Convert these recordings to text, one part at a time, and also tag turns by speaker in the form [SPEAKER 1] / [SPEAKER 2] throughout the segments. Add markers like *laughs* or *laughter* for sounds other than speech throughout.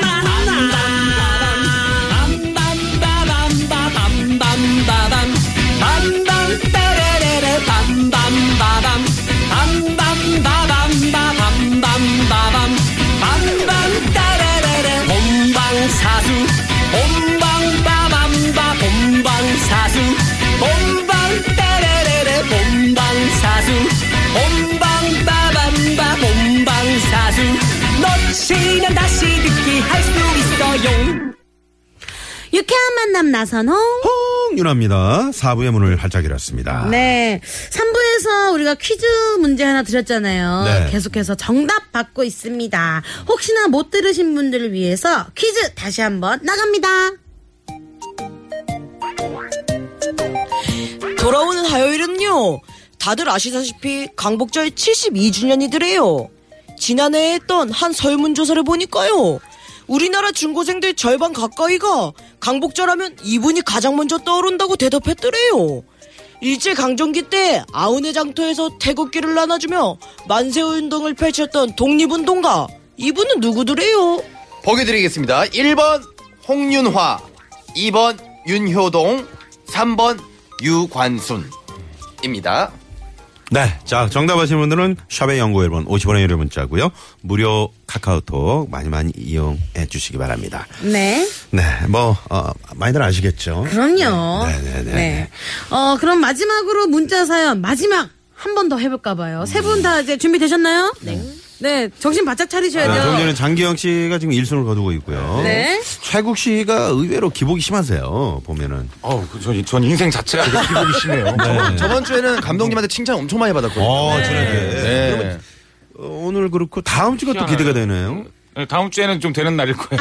[SPEAKER 1] 만남 빰빰빠밤빠밤빠밤 빰빰 빼레레레 빰빰빠밤 빰빰빠밤빠밤빠밤 빰빰 따레레레 본방사수 본방빠밤빠 본방사수 본방 빼레레레 본방사수 본방빠밤빠 본방사수 놓치면 다시 듣기 할 수 있어요
[SPEAKER 2] 유쾌한 만남 나선홍.
[SPEAKER 3] 윤합니다. 4부의 문을 활짝 열었습니다.
[SPEAKER 2] 네. 3부에서 우리가 퀴즈 문제 하나 드렸잖아요.
[SPEAKER 3] 네.
[SPEAKER 2] 계속해서 정답 받고 있습니다. 혹시나 못 들으신 분들을 위해서 퀴즈 다시 한번 나갑니다.
[SPEAKER 4] 돌아오는 화요일은요. 다들 아시다시피 강복절 72주년이더래요. 지난해에 했던 한 설문조사를 보니까요. 우리나라 중고생들 절반 가까이가 강복절하면 이분이 가장 먼저 떠오른다고 대답했더래요. 일제강점기 때 아우네 장터에서 태극기를 나눠주며 만세운동을 펼쳤던 독립운동가 이분은 누구더래요?
[SPEAKER 5] 보기 드리겠습니다. 1번 홍윤화, 2번 윤효동, 3번 유관순입니다.
[SPEAKER 3] 네. 자, 정답 아시는 분들은 샵의 연구 1번 50원의 유료 문자고요. 무료 카카오톡 많이 많이 이용해 주시기 바랍니다.
[SPEAKER 2] 네.
[SPEAKER 3] 네. 뭐, 어, 많이들 아시겠죠?
[SPEAKER 2] 그럼요.
[SPEAKER 3] 네, 네, 네,
[SPEAKER 2] 네. 어, 그럼 마지막으로 문자 사연 마지막 한 번 더 해볼까봐요. 세 분 다 이제 준비되셨나요? 네. 네. 정신 바짝 차리셔야
[SPEAKER 3] 네, 좀
[SPEAKER 2] 돼요.
[SPEAKER 3] 전에 장기영 씨가 지금 1승을 거두고 있고요.
[SPEAKER 2] 네.
[SPEAKER 3] 최국 씨가 의외로 기복이 심하세요. 보면은.
[SPEAKER 6] 어우, 그 전, 전 인생 자체가 되게 기복이 심해요.
[SPEAKER 5] 저번 주에는 감독님한테 칭찬 엄청 많이 받았거든요.
[SPEAKER 3] 네. 어, 지난주에.
[SPEAKER 5] 네.
[SPEAKER 3] 어, 오늘 그렇고 다음 주가 또 기대가 되네요.
[SPEAKER 6] *laughs* 네, 다음 주에는 좀 되는 날일 거예요.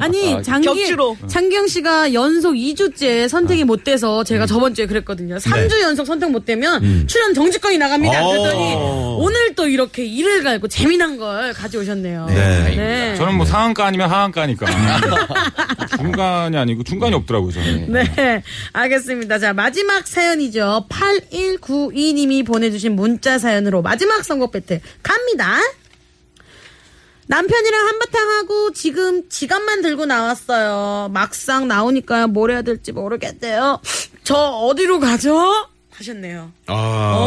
[SPEAKER 2] 아니 장기
[SPEAKER 4] 격주로.
[SPEAKER 2] 장기영 씨가 연속 2주째 선택이 못 돼서 제가 저번 주에 그랬거든요. 3주 연속 선택 못 되면 출연 정지권이 나갑니다.
[SPEAKER 3] 오.
[SPEAKER 2] 그랬더니 오늘 또 이렇게 일을 갈고 재미난 걸 가져오셨네요.
[SPEAKER 3] 네.
[SPEAKER 2] 네.
[SPEAKER 6] 저는 뭐 상한가 아니면 하한가니까. 중간이 아니고 중간이 없더라고요, 저는.
[SPEAKER 2] 네, 알겠습니다. 자, 마지막 사연이죠. 8192님이 보내주신 문자 사연으로 마지막 선곡 배틀 갑니다. 남편이랑 한바탕 하고 지금 지갑만 들고 나왔어요. 막상 나오니까 뭘 해야 될지 모르겠대요. 저 어디로 가죠? 하셨네요. 어.
[SPEAKER 3] 아.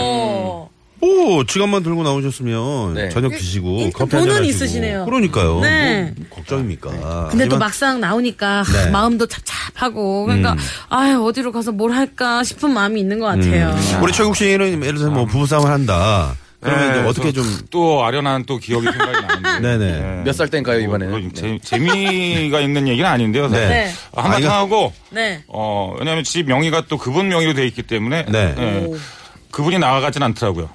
[SPEAKER 2] 오.
[SPEAKER 3] 음. 오, 지갑만 들고 나오셨으면
[SPEAKER 5] 네.
[SPEAKER 3] 저녁 드시고
[SPEAKER 2] 예, 일단
[SPEAKER 3] 커피
[SPEAKER 2] 돈은
[SPEAKER 3] 한잔 하시고.
[SPEAKER 2] 있으시네요.
[SPEAKER 3] 그러니까요.
[SPEAKER 2] 네.
[SPEAKER 3] 뭐 걱정입니까.
[SPEAKER 2] 근데 또
[SPEAKER 3] 하지만
[SPEAKER 2] 막상 나오니까 하,
[SPEAKER 3] 네. 음.
[SPEAKER 2] 마음도 찹찹하고 그러니까 아유 어디로 가서 뭘 할까 싶은 마음이 있는 것 같아요.
[SPEAKER 3] 우리 최국 씨는 예를 들어서 뭐 부부싸움을 한다. 그러면 이제 어떻게 좀
[SPEAKER 6] 또 아련한 또 기억이 생각이 나는데.
[SPEAKER 3] *laughs* 네네.
[SPEAKER 5] 몇 살 때인가요, 이번에는?
[SPEAKER 3] 어,
[SPEAKER 6] 뭐, 재, 재미가 있는 얘기는 아닌데요. 사실.
[SPEAKER 3] 네.
[SPEAKER 6] 아, 한바탕
[SPEAKER 3] 아,
[SPEAKER 6] 하고,
[SPEAKER 2] 네.
[SPEAKER 6] 어, 왜냐면 집 명의가 또 그분 명의로 돼 있기 때문에.
[SPEAKER 3] 네.
[SPEAKER 6] 예, 그분이 나가진 않더라고요.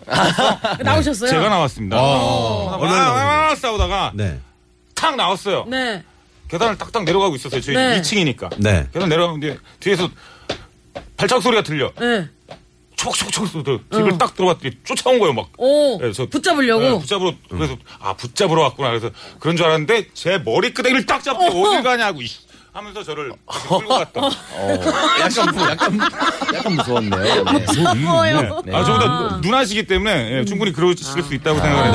[SPEAKER 2] 나오셨어요?
[SPEAKER 6] 제가 나왔습니다. 막,
[SPEAKER 3] 얼마나
[SPEAKER 6] 막,
[SPEAKER 3] 나오셨나요?
[SPEAKER 6] 막 싸우다가
[SPEAKER 3] 네.
[SPEAKER 6] 탁 나왔어요.
[SPEAKER 2] 네.
[SPEAKER 6] 계단을 딱딱 내려가고 있었어요. 저희
[SPEAKER 2] 네.
[SPEAKER 6] 2층이니까.
[SPEAKER 3] 네.
[SPEAKER 6] 계단 내려가는데 뒤에서 발작 소리가 들려.
[SPEAKER 2] 네.
[SPEAKER 6] 촉촉촉 집을 딱 들어갔더니 쫓아온 거예요. 막.
[SPEAKER 2] 오.
[SPEAKER 6] 그래서
[SPEAKER 2] 붙잡으려고.
[SPEAKER 6] 네, 붙잡으러 그래서 아 붙잡으러 왔구나. 그래서 그런 줄 알았는데 제 머리끄댕이를 딱 잡고 어딜 가냐고 이씨 하면서 저를 끌고 갔다.
[SPEAKER 5] 어, 약간, 무- 약간, 약간 무서웠네요. 네.
[SPEAKER 3] 음,
[SPEAKER 2] 무서워요.
[SPEAKER 6] 아 저보다 누나시기 때문에 예, 충분히 그러실 수 있다고 생각해요.
[SPEAKER 3] 아,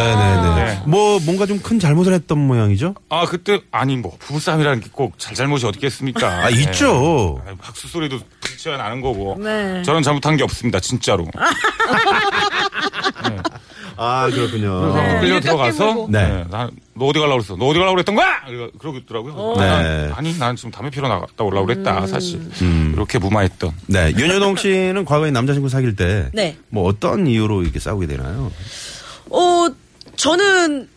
[SPEAKER 3] 네네네.
[SPEAKER 6] 네.
[SPEAKER 3] 뭐 뭔가 좀 큰 잘못을 했던 모양이죠?
[SPEAKER 6] 아 그때 아니 뭐 부부싸움이라는 게 꼭 잘잘못이 어디 있겠습니까?
[SPEAKER 3] 아,
[SPEAKER 6] 예.
[SPEAKER 3] 있죠.
[SPEAKER 6] 아니, 박수 소리도 붙여야 나는 거고.
[SPEAKER 2] 네.
[SPEAKER 6] 저는 잘못한 게 없습니다, 진짜로.
[SPEAKER 3] 아 그렇군요.
[SPEAKER 6] 네. 끌려 들어가서
[SPEAKER 2] 물고.
[SPEAKER 3] 네.
[SPEAKER 6] 네. 나- 너 어디 가려고 그랬어? 너 어디 가려고 그랬던 거야? 이러- 그러고 있더라고요.
[SPEAKER 4] 어.
[SPEAKER 3] 네. 음.
[SPEAKER 6] 난- 아니 난 지금 담배 피러 나갔다 올라고 그랬다
[SPEAKER 4] 음.
[SPEAKER 6] 사실.
[SPEAKER 4] *laughs*
[SPEAKER 6] 이렇게 무마했던.
[SPEAKER 3] 네. 윤여동 씨는 과거에 남자친구 사귈 때 뭐
[SPEAKER 4] 네.
[SPEAKER 3] 어떤 이유로 이렇게 싸우게 되나요?
[SPEAKER 4] 어, 저는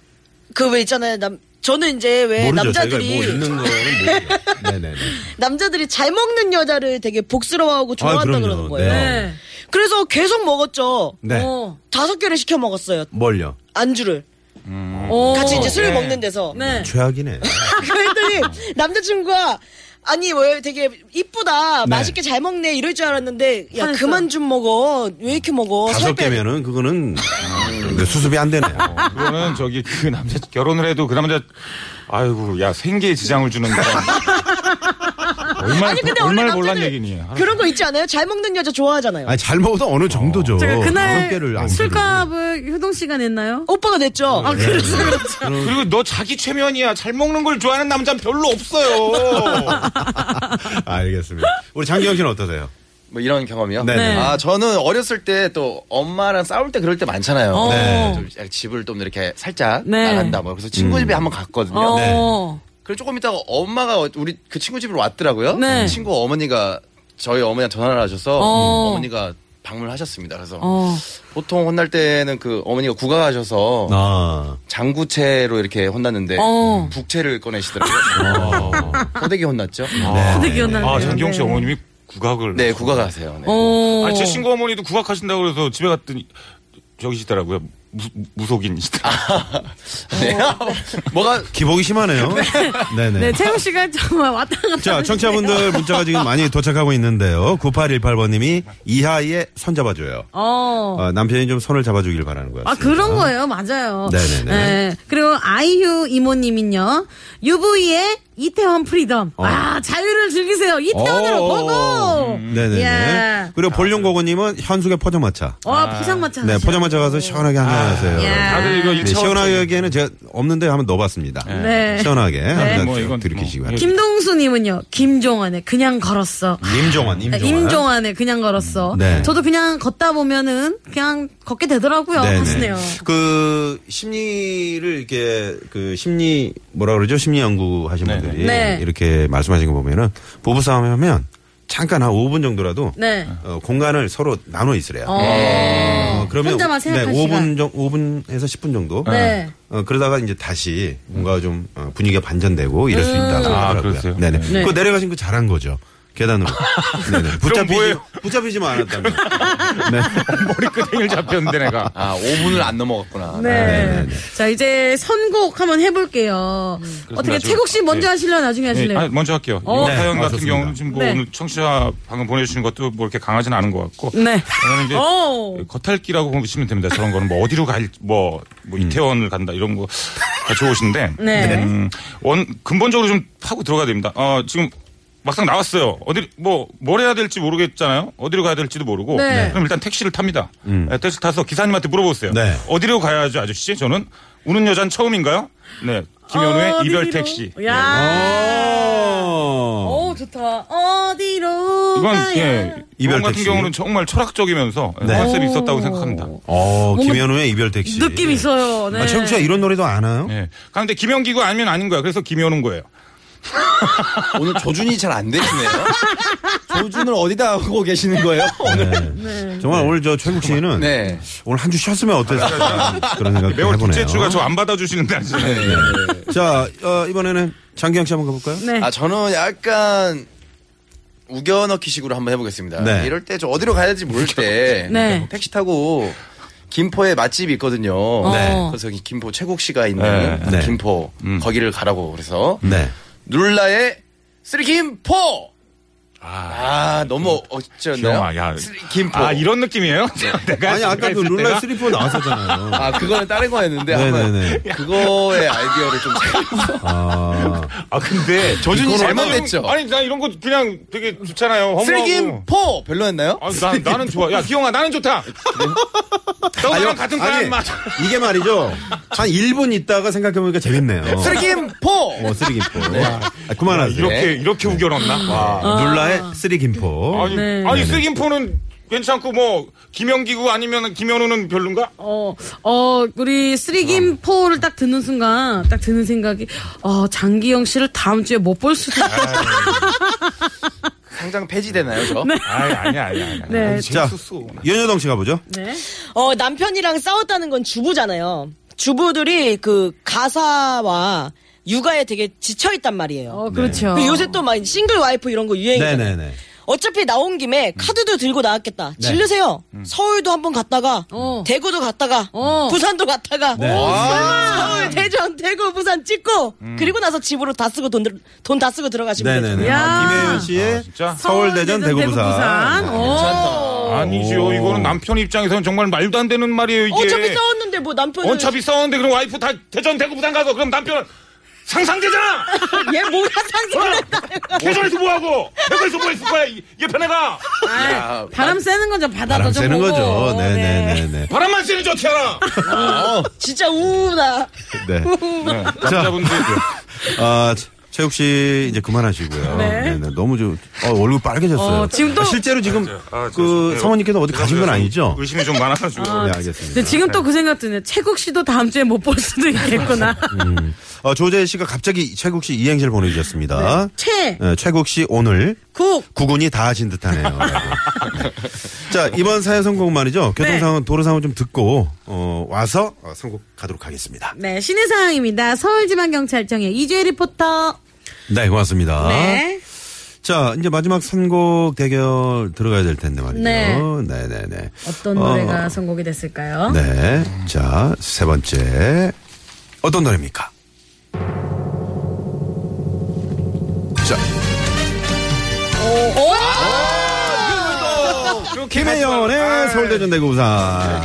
[SPEAKER 4] 그 왜 있잖아요. 남 저는 이제
[SPEAKER 2] 네,
[SPEAKER 4] 왜
[SPEAKER 3] 모르죠. 저희가
[SPEAKER 4] 남자들이
[SPEAKER 3] 뭐 있는 거는 모르죠. 네네네.
[SPEAKER 4] 남자들이 잘 먹는 여자를 되게 복스러워하고 좋아한다
[SPEAKER 3] 그럼요.
[SPEAKER 4] 그러는 거예요.
[SPEAKER 3] 네.
[SPEAKER 4] 그래서 계속 먹었죠.
[SPEAKER 3] 네.
[SPEAKER 2] 어.
[SPEAKER 4] 다섯 개를 시켜 먹었어요.
[SPEAKER 3] 뭘요?
[SPEAKER 4] 안주를
[SPEAKER 2] 오.
[SPEAKER 4] 같이 이제 술을
[SPEAKER 6] 네.
[SPEAKER 4] 먹는 데서.
[SPEAKER 2] 어.
[SPEAKER 3] 음,
[SPEAKER 2] 네.
[SPEAKER 3] 최악이네.
[SPEAKER 2] *laughs*
[SPEAKER 4] 그랬더니 남자친구가 아니 뭐 되게 이쁘다 맛있게 잘 먹네 이럴 줄 알았는데 야
[SPEAKER 2] 화냈어요.
[SPEAKER 4] 그만 좀 먹어 왜 이렇게 먹어
[SPEAKER 3] 다섯
[SPEAKER 4] 살 빼-
[SPEAKER 3] 개면은 그거는 근데 수습이 안 되네요.
[SPEAKER 6] 그거는 저기 그 남자
[SPEAKER 4] *laughs*
[SPEAKER 6] 결혼을 해도 그 남자 아이고 야 생계에 지장을 주는 거. 얼마나,
[SPEAKER 4] 아니 근데 원래
[SPEAKER 6] 얼마나 몰란
[SPEAKER 4] 남자들
[SPEAKER 6] 얘기니. 하나.
[SPEAKER 4] 그런 거 있지 않아요? 잘 먹는 여자 좋아하잖아요.
[SPEAKER 3] 아니 잘 먹어도 어느 정도죠.
[SPEAKER 2] 제가
[SPEAKER 3] 다섯 개를 안
[SPEAKER 2] 그날
[SPEAKER 3] 어. 먹어도.
[SPEAKER 2] 술값을 효동 씨가 냈나요?
[SPEAKER 4] 오빠가 냈죠.
[SPEAKER 2] 아, *laughs* 그래서
[SPEAKER 3] 네,
[SPEAKER 2] 그렇죠.
[SPEAKER 6] 그리고 너 자기 최면이야. 잘 먹는 걸 좋아하는 남자는 별로
[SPEAKER 4] *laughs*
[SPEAKER 6] 없어요.
[SPEAKER 3] 알겠습니다. 우리 장기영 씨는 어떠세요?
[SPEAKER 5] 뭐 이런 경험이요?
[SPEAKER 3] 네네.
[SPEAKER 5] 아, 저는 어렸을 때 또 엄마랑 싸울 때 그럴 때 많잖아요.
[SPEAKER 2] 어. 네.
[SPEAKER 5] 좀 약간 집을 좀 이렇게 살짝
[SPEAKER 2] 네.
[SPEAKER 5] 나간다. 뭐. 그래서 친구
[SPEAKER 3] 음.
[SPEAKER 5] 집에 한번 갔거든요.
[SPEAKER 3] 네.
[SPEAKER 2] 어.
[SPEAKER 5] 그리고 조금 있다가 엄마가 어- 우리 그 친구 집으로 왔더라고요. 그
[SPEAKER 2] 네.
[SPEAKER 5] 친구 어머니가 저희 어머니한테 전화를 하셔서
[SPEAKER 2] 어.
[SPEAKER 5] 어머니가 방문하셨습니다. 그래서
[SPEAKER 2] 어.
[SPEAKER 5] 보통 혼날 때는 그 어머니가 국악하셔서
[SPEAKER 3] 아.
[SPEAKER 5] 장구채로 이렇게 혼났는데
[SPEAKER 2] 어.
[SPEAKER 5] 북채를 꺼내시더라고요. 호되게 혼났죠.
[SPEAKER 2] 되게 기억나네요.
[SPEAKER 6] 아, 장기영 씨 어머님이 국악을.
[SPEAKER 5] 네, 국악하세요. 네.
[SPEAKER 2] 어.
[SPEAKER 6] 아니, 제 친구 어머니도 국악하신다고 그래서 집에 갔더니 저기시더라고요. 무, 무속인이시더라고요.
[SPEAKER 5] *laughs* 네.
[SPEAKER 2] 어.
[SPEAKER 5] 뭐가
[SPEAKER 3] 기복이 심하네요. 네네.
[SPEAKER 2] 네, 채용 씨가 *laughs* 정말 왔다 갔다.
[SPEAKER 3] 자, 청취자분들 문자가 지금 많이 도착하고 있는데요. 9818번님이 이하의 손 잡아줘요.
[SPEAKER 2] 어.
[SPEAKER 3] 어, 남편이 좀 손을 잡아주길 바라는 거예요.
[SPEAKER 2] 아, 그런 거예요. 맞아요.
[SPEAKER 3] 네네네.
[SPEAKER 2] 네. 그리고 아이유 이모님은요. UV의 이태원 프리덤.
[SPEAKER 3] 어.
[SPEAKER 2] 아, 자유를 즐기세요. 이태원으로
[SPEAKER 3] 오.
[SPEAKER 2] 고고!
[SPEAKER 3] 네네네.
[SPEAKER 2] 예.
[SPEAKER 3] 그리고 볼륨고고님은 현숙의 포장마차.
[SPEAKER 2] 와, 포장마차.
[SPEAKER 3] 네,
[SPEAKER 2] 하세요.
[SPEAKER 3] 포장마차 가서 시원하게 한잔하세요.
[SPEAKER 2] 아, 야.
[SPEAKER 6] 다들 이거
[SPEAKER 3] 네,
[SPEAKER 6] 1차원.
[SPEAKER 3] 시원하게는 제가 없는데 한번 넣어봤습니다.
[SPEAKER 2] 네.
[SPEAKER 3] 시원하게 한번
[SPEAKER 6] 뭐 이건
[SPEAKER 3] 들이키시고.
[SPEAKER 6] 뭐.
[SPEAKER 2] 김동수님은요. 김종환의 그냥 걸었어.
[SPEAKER 3] 임종원,
[SPEAKER 2] 아,
[SPEAKER 3] 임종원.
[SPEAKER 2] 임종환의 그냥 걸었어.
[SPEAKER 3] 네.
[SPEAKER 2] 저도 그냥 걷다 보면은 그냥 걷게 되더라고요.
[SPEAKER 3] 네네.
[SPEAKER 2] 하시네요.
[SPEAKER 3] 그 심리를 이렇게 그 심리 뭐라 그러죠? 심리 연구하신
[SPEAKER 6] 네네.
[SPEAKER 3] 분들이
[SPEAKER 2] 네.
[SPEAKER 3] 이렇게 말씀하신 거 보면은 부부 싸움 하면 잠깐 한 5분 정도라도
[SPEAKER 2] 네.
[SPEAKER 3] 어, 공간을 서로 나눠 있으래요.
[SPEAKER 2] 어.
[SPEAKER 3] 어,
[SPEAKER 2] 혼자만
[SPEAKER 3] 네,
[SPEAKER 2] 생각할
[SPEAKER 3] 5분
[SPEAKER 2] 시간.
[SPEAKER 3] 정 5분에서 10분 정도.
[SPEAKER 2] 네.
[SPEAKER 3] 어, 그러다가 이제 다시 뭔가 좀 어, 분위기가 반전되고 이럴
[SPEAKER 2] 음.
[SPEAKER 3] 수 있다고
[SPEAKER 6] 아,
[SPEAKER 3] 하더라고요.
[SPEAKER 6] 그랬어요?
[SPEAKER 3] 네네.
[SPEAKER 6] 네.
[SPEAKER 3] 그거 내려가신 거 잘한 거죠.
[SPEAKER 6] *laughs*
[SPEAKER 3] 계단으로. 네네. 붙잡히지,
[SPEAKER 6] 뭐예요?
[SPEAKER 3] 붙잡히지만
[SPEAKER 6] *laughs*
[SPEAKER 3] 않았다면. 네.
[SPEAKER 6] 아, 머리끄댕이를 잡혔는데 내가.
[SPEAKER 5] 아, 5분을 안 넘어갔구나.
[SPEAKER 2] 네. 자, 이제 선곡 한번 해볼게요. 어떻게
[SPEAKER 6] 나중에-
[SPEAKER 2] 최국 씨 먼저
[SPEAKER 6] 네.
[SPEAKER 2] 하실래요? 나중에 하실래요?
[SPEAKER 6] 아, 먼저 할게요.
[SPEAKER 2] 어.
[SPEAKER 6] 이타연
[SPEAKER 3] 네,
[SPEAKER 6] 같은
[SPEAKER 3] 맞습니다.
[SPEAKER 6] 경우는 지금 뭐
[SPEAKER 2] 네.
[SPEAKER 6] 오늘 청취자 방금 보내주신 것도 뭐 이렇게 강하진 않은 것 같고.
[SPEAKER 2] 네. 어.
[SPEAKER 6] 저는 이제
[SPEAKER 2] 오.
[SPEAKER 6] 그 겉핥기라고 보시면 됩니다. 저런 거는 뭐 어디로 갈, 뭐, 뭐 이태원을 간다 이런 거 가져오신데.
[SPEAKER 2] 네.
[SPEAKER 6] 음, 원, 근본적으로 좀 파고 들어가야 됩니다. 어, 지금 막상 나왔어요. 어디, 뭐, 뭘 해야 될지 모르겠잖아요. 어디로 가야 될지도 모르고.
[SPEAKER 2] 네.
[SPEAKER 6] 그럼 일단 택시를 탑니다. 네, 택시 타서 기사님한테 물어보세요.
[SPEAKER 3] 음. 네.
[SPEAKER 6] 어디로 가야죠, 아저씨? 저는 우는 여잔 처음인가요? 네. 김현우의
[SPEAKER 2] 어디로?
[SPEAKER 6] 이별 택시. 어.
[SPEAKER 3] 네.
[SPEAKER 2] 야.
[SPEAKER 3] 어.
[SPEAKER 2] 오, 좋다. 어디로
[SPEAKER 6] 이건
[SPEAKER 2] 가야.
[SPEAKER 6] 예,
[SPEAKER 3] 이별
[SPEAKER 6] 이번 같은
[SPEAKER 3] 택시.
[SPEAKER 6] 경우는 정말 철학적이면서
[SPEAKER 3] 네.
[SPEAKER 6] 컨셉이 있었다고
[SPEAKER 2] 오.
[SPEAKER 6] 생각합니다.
[SPEAKER 3] 어, 김현우의 이별 택시.
[SPEAKER 2] 느낌 있어요. 네.
[SPEAKER 3] 아, 최국 씨가 이런 노래도 아나요?
[SPEAKER 6] 예. 그런데 김현기가 아니면 아닌 거야. 그래서 김현우인 거예요.
[SPEAKER 5] 오늘 조준이 잘 안 되시네요.
[SPEAKER 2] *laughs*
[SPEAKER 5] 조준을 어디다 하고 계시는 거예요? 오늘
[SPEAKER 6] 네.
[SPEAKER 2] 네.
[SPEAKER 3] 정말 오늘 저 최국 씨는
[SPEAKER 5] 네.
[SPEAKER 3] 오늘 한 주 쉬었으면
[SPEAKER 6] *laughs*
[SPEAKER 3] 어땠을까 그런 생각
[SPEAKER 6] 네. 매월
[SPEAKER 3] 해보네요.
[SPEAKER 6] 둘째 주가 저 안 받아주시는 데 아시나요?
[SPEAKER 3] 자 어, 이번에는 장기영 씨 한번 가볼까요?
[SPEAKER 2] 네.
[SPEAKER 5] 아 저는 약간 우겨넣기식으로 한번 해보겠습니다.
[SPEAKER 3] 네.
[SPEAKER 5] 이럴 때 저 어디로 가야 될지 모를 때
[SPEAKER 2] *laughs* 네.
[SPEAKER 5] 택시 타고 김포에 맛집이 있거든요.
[SPEAKER 2] 네.
[SPEAKER 5] 그래서 여기 김포 최국시가 있는 그
[SPEAKER 3] 네.
[SPEAKER 5] 김포 거기를 가라고 그래서
[SPEAKER 3] 네.
[SPEAKER 5] 룰라의 쓰리김포. 아, 너무
[SPEAKER 6] 기영아,
[SPEAKER 5] 어쩌나요?
[SPEAKER 6] 야.
[SPEAKER 5] 쓰리김포. 네.
[SPEAKER 6] 아, 이런 느낌이에요? 내가
[SPEAKER 3] 아니 아까
[SPEAKER 6] 했을
[SPEAKER 3] 그 룰라
[SPEAKER 6] 때가?
[SPEAKER 3] 스리퍼
[SPEAKER 6] *laughs*
[SPEAKER 3] 나왔었잖아요.
[SPEAKER 5] 아, 그거는 다른 거였는데
[SPEAKER 3] 네네네.
[SPEAKER 5] 한번 그거의 아이디어를 좀
[SPEAKER 3] 아,
[SPEAKER 6] 아, 근데.
[SPEAKER 5] 조준이
[SPEAKER 6] 이거는-
[SPEAKER 5] 잘못됐죠?
[SPEAKER 6] 아니, 나 이런 거 그냥 되게 좋잖아요. 허무하고.
[SPEAKER 5] 쓰리김포 별로였나요?
[SPEAKER 6] 아, 나, 나는 좋아. 야, 기영아, 나는 좋다. 너
[SPEAKER 3] 아니요.
[SPEAKER 6] 나랑 같은 사람 맞아.
[SPEAKER 3] 이게 말이죠. 한 1분 있다가 생각해보니까 재밌네요.
[SPEAKER 5] 쓰리김포.
[SPEAKER 3] 어, 쓰리김포. 아, 그만하세요.
[SPEAKER 6] 네. 이렇게, 이렇게
[SPEAKER 3] 네.
[SPEAKER 6] 우겨넣나? 와.
[SPEAKER 3] 룰라의 쓰리김포. 네.
[SPEAKER 6] 아니, 아니 쓰김포는 괜찮고 뭐 김영기구 아니면 김현우는 별론가?
[SPEAKER 2] 어, 어, 우리 쓰리김포를 딱 듣는 순간, 딱 드는 생각이, 어, 장기영 씨를 다음 주에 못 볼 수도 있다.
[SPEAKER 5] 당장 폐지되나요, 저?
[SPEAKER 6] 아니 아니야 아니야. 아니야.
[SPEAKER 2] 네.
[SPEAKER 3] 자, 연여동 씨 가보죠.
[SPEAKER 2] 네.
[SPEAKER 4] 어, 남편이랑 싸웠다는 건 주부잖아요. 주부들이 그 가사와 육아에 되게 지쳐 있단 말이에요.
[SPEAKER 2] 어, 그렇죠.
[SPEAKER 4] 그리고 요새 또 막 싱글 와이프 이런 거 유행이잖아요.
[SPEAKER 3] 네네네.
[SPEAKER 4] 어차피 나온 김에 카드도 들고 나왔겠다. 질르세요. 서울도 한번 갔다가
[SPEAKER 2] 어.
[SPEAKER 4] 대구도 갔다가
[SPEAKER 2] 어.
[SPEAKER 4] 부산도 갔다가
[SPEAKER 3] 네.
[SPEAKER 5] 아,
[SPEAKER 4] 서울, 대전, 대구, 부산 찍고 그리고 나서 집으로 다 쓰고 돈 돈 다 쓰고 들어가시면 돼요.
[SPEAKER 3] 네네네.
[SPEAKER 2] 야.
[SPEAKER 3] 김혜연 씨의
[SPEAKER 6] 아, 진짜?
[SPEAKER 3] 서울, 대전, 대구, 부산. 아,
[SPEAKER 2] 어, 오.
[SPEAKER 6] 아니지요. 이거는 남편 입장에서는 정말 말도 안 되는 말이에요 이게.
[SPEAKER 4] 어차피 싸웠는데 뭐 남편은
[SPEAKER 6] 어차피 싸웠는데 그럼 와이프 다 대전 대구 부산 가서 그럼 남편은 상상되잖아!
[SPEAKER 4] 얘 뭐야 상상
[SPEAKER 6] 계절에서 뭐하고! 계절에서 뭐 했을 거야, 이- 얘 편애가!
[SPEAKER 2] 아, 바람 쐬는 건좀 받아도
[SPEAKER 3] 바람
[SPEAKER 2] 좀
[SPEAKER 3] 쐬는
[SPEAKER 2] 보고.
[SPEAKER 3] 거죠. 네네네네.
[SPEAKER 6] *laughs*
[SPEAKER 3] 네.
[SPEAKER 6] 바람만 쐬는지 어떻게 알아!
[SPEAKER 4] 진짜 우나
[SPEAKER 6] 네. 남자분들.
[SPEAKER 3] 아, 차- 최욱 씨 이제 그만하시고요. 네. 네 너무 좀 어, 얼굴 빨개졌어요.
[SPEAKER 2] 어, 지금 또-
[SPEAKER 3] 아, 실제로 지금
[SPEAKER 6] 아,
[SPEAKER 3] 그
[SPEAKER 6] 죄송해요.
[SPEAKER 3] 성원님께서 어디 가신 건 아니죠?
[SPEAKER 6] 의심이 좀 많아가지고.
[SPEAKER 3] 네,
[SPEAKER 2] 근데
[SPEAKER 3] 알겠습니다.
[SPEAKER 2] 지금 또 그 생각 드네. 최국 씨도 다음 주에 못 볼 수도
[SPEAKER 3] *laughs*
[SPEAKER 2] 있겠구나.
[SPEAKER 3] 어, 조재 씨가 갑자기 최국 씨 이행시를 보내주셨습니다.
[SPEAKER 2] 최,
[SPEAKER 3] 네, 최국 씨 오늘
[SPEAKER 2] 국,
[SPEAKER 3] 구군이 다 하신 *laughs* 듯하네요. 라고. 자 이번 사회 선곡 말이죠. 교통 상황, 도로 상황 좀 듣고 어, 와서 어, 선곡 가도록 하겠습니다.
[SPEAKER 2] 네, 신의 상황입니다. 서울지방경찰청의 이주혜 리포터.
[SPEAKER 3] 네 고맙습니다.
[SPEAKER 2] 네.
[SPEAKER 3] 자 이제 마지막 선곡 대결 들어가야 될 텐데 말이죠.
[SPEAKER 2] 네.
[SPEAKER 3] 네, 네, 네.
[SPEAKER 2] 어떤
[SPEAKER 3] 어,
[SPEAKER 2] 노래가 선곡이 됐을까요?
[SPEAKER 3] 네. 자, 세 번째. 어떤 노래입니까? 자,
[SPEAKER 6] 어, 아,
[SPEAKER 3] 김혜연의 서울대 전대구 우산.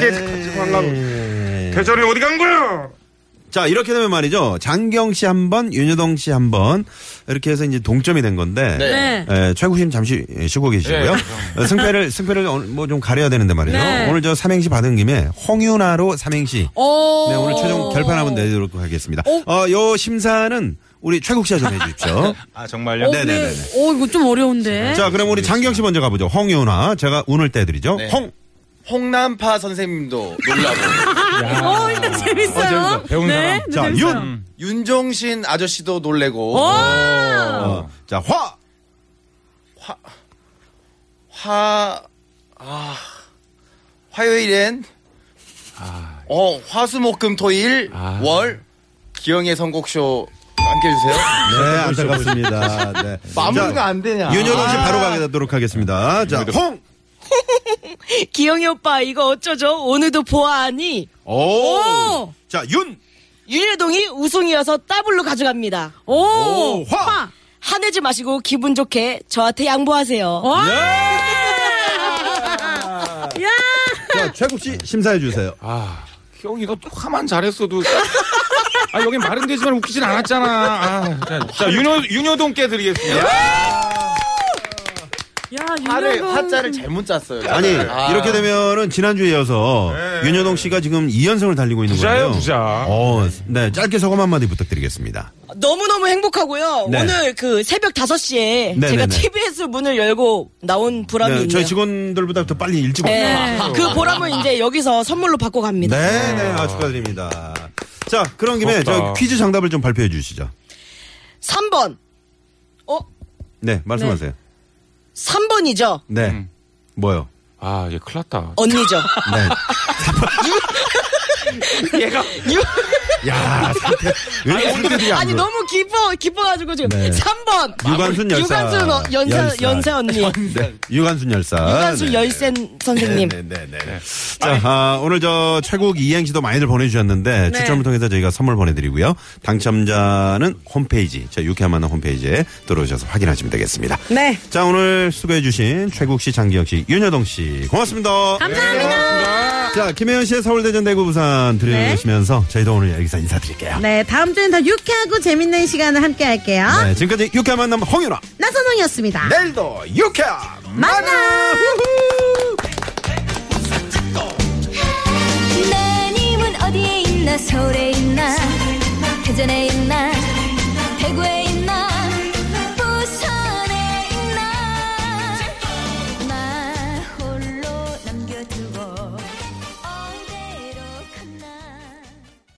[SPEAKER 3] 네.
[SPEAKER 6] 계절이 어디 간 거야!
[SPEAKER 3] 자, 이렇게 되면 말이죠. 장경 씨 한 번, 윤여동 씨 한 번. 이렇게 해서 이제 동점이 된 건데.
[SPEAKER 2] 네.
[SPEAKER 3] 예, 최국 씨는 잠시 쉬고 계시고요. 어, 승패를, 승패를 뭐 좀 가려야 되는데 말이죠.
[SPEAKER 2] 네.
[SPEAKER 3] 오늘 저 삼행시 받은 김에 홍윤아로 삼행시.
[SPEAKER 2] 오.
[SPEAKER 3] 네, 오늘 최종 결판 한번 내도록 하겠습니다. 어, 요 심사는 우리 최국 씨가 좀 해주십시오.
[SPEAKER 6] 아, 정말요?
[SPEAKER 2] 오,
[SPEAKER 3] 네네네네.
[SPEAKER 2] 네. 오, 이거 좀 어려운데.
[SPEAKER 3] *laughs* 자, 그럼 우리 장경 씨 먼저 가보죠. 홍윤아. 제가 운을 떼드리죠.
[SPEAKER 5] 네.
[SPEAKER 3] 홍.
[SPEAKER 5] 홍남파 선생님도 놀라고
[SPEAKER 2] 어, 일단 재밌어요.
[SPEAKER 6] 배운
[SPEAKER 2] 네,
[SPEAKER 6] 사람.
[SPEAKER 2] 네,
[SPEAKER 3] 자,
[SPEAKER 2] 재밌어요.
[SPEAKER 3] 윤.
[SPEAKER 5] 윤종신 아저씨도 놀래고
[SPEAKER 2] 와.
[SPEAKER 3] 어, 자, 화.
[SPEAKER 5] 화, 아, 화요일엔, 어, 화수목금 토일, 월, 기영의 선곡쇼 안겨주세요.
[SPEAKER 3] 네, 안타깝습니다. 네.
[SPEAKER 5] 마무리가
[SPEAKER 3] 자,
[SPEAKER 5] 안 되냐. 아.
[SPEAKER 3] 윤여동 씨
[SPEAKER 2] 아.
[SPEAKER 3] 바로 가도록 하겠습니다. 자, 홍.
[SPEAKER 4] *laughs* 기영이 오빠 이거 어쩌죠 오늘도 보아하니
[SPEAKER 3] 오. 자, 윤.
[SPEAKER 4] 윤여동이 우승이어서 더블로 가져갑니다
[SPEAKER 2] 오.
[SPEAKER 3] 오, 화.
[SPEAKER 4] 화내지 마시고 기분 좋게 저한테 양보하세요
[SPEAKER 2] 와. 야.
[SPEAKER 3] 자, 최국 씨 심사해 주세요.
[SPEAKER 6] 아, 형이가 또 화만 잘했어도. 아, 여긴 말은 되지만 웃기진 않았잖아. 아, 자, 자, 윤여, 윤여동 깨드리겠습니다.
[SPEAKER 2] 야,
[SPEAKER 5] 화를,
[SPEAKER 2] 윤여동.
[SPEAKER 5] 화자를 잘못 짰어요. 제가.
[SPEAKER 6] 네.
[SPEAKER 3] 아니,
[SPEAKER 5] 아.
[SPEAKER 3] 이렇게 되면은 지난주에 이어서 윤여동 씨가 지금 2연승을 달리고 있는
[SPEAKER 6] 부자예요,
[SPEAKER 3] 거예요.
[SPEAKER 6] 부자.
[SPEAKER 3] 어, 네, 짧게 소감 한마디 부탁드리겠습니다.
[SPEAKER 4] 너무너무 행복하고요
[SPEAKER 3] 네.
[SPEAKER 4] 오늘 그 새벽 5시에
[SPEAKER 3] 네,
[SPEAKER 4] 제가
[SPEAKER 3] 네, 네.
[SPEAKER 4] TBS 문을 열고 나온 보람이
[SPEAKER 3] 네,
[SPEAKER 4] 있네요
[SPEAKER 3] 저희 직원들보다 더 빨리 일찍 왔어요.
[SPEAKER 4] 네. 그 보람을 이제 여기서 선물로 받고 갑니다
[SPEAKER 3] 네, 네, 아, 축하드립니다. 자, 그런 김에
[SPEAKER 6] 부럽다.
[SPEAKER 3] 저 퀴즈 정답을 좀 발표해 주시죠.
[SPEAKER 4] 3번 어?
[SPEAKER 3] 네, 말씀하세요.
[SPEAKER 4] 3번이죠
[SPEAKER 3] 네. 뭐요?
[SPEAKER 6] 아, 얘 큰일 났다.
[SPEAKER 3] *laughs*
[SPEAKER 4] 언니죠
[SPEAKER 3] 네.
[SPEAKER 6] 얘가.
[SPEAKER 3] 야, 상태. 왜 이렇게 상태들이 안
[SPEAKER 4] 아니
[SPEAKER 3] 좋아?
[SPEAKER 4] 너무 기뻐 기뻐가지고 지금
[SPEAKER 3] 네.
[SPEAKER 4] 3번
[SPEAKER 3] 유관순 열사.
[SPEAKER 4] 유관순 어- 연사
[SPEAKER 3] 열사. *laughs*
[SPEAKER 4] 연사, 언니
[SPEAKER 3] 네, 유관순 열사.
[SPEAKER 4] 유관순
[SPEAKER 3] 네.
[SPEAKER 4] 열센 선생님
[SPEAKER 3] 네, 네, 네, 네. 자, 아, 오늘 저 최국 이행시도 많이들 보내주셨는데 추첨을 통해서 저희가 선물 보내드리고요. 당첨자는 홈페이지, 저 유쾌한 만남 홈페이지에 들어오셔서 확인하시면 되겠습니다.
[SPEAKER 2] 네.
[SPEAKER 3] 자, 오늘 수고해주신 최국 씨, 장기혁 씨, 윤여동 씨, 네, 고맙습니다. 감사합니다. 자, 김혜연 씨의 서울대전 대구 부산 들으시면서 저희도 오늘 여기서 인사드릴게요.
[SPEAKER 2] 네, 다음 주엔 더 유쾌하고 재밌는 시간을 함께 할게요.
[SPEAKER 3] 네, 지금까지 유쾌한 만남 홍윤아. 어,
[SPEAKER 2] 나선홍이었습니다.
[SPEAKER 5] 내일도 유쾌한
[SPEAKER 2] 만나!
[SPEAKER 7] 내 님은 어디에 있나 서울에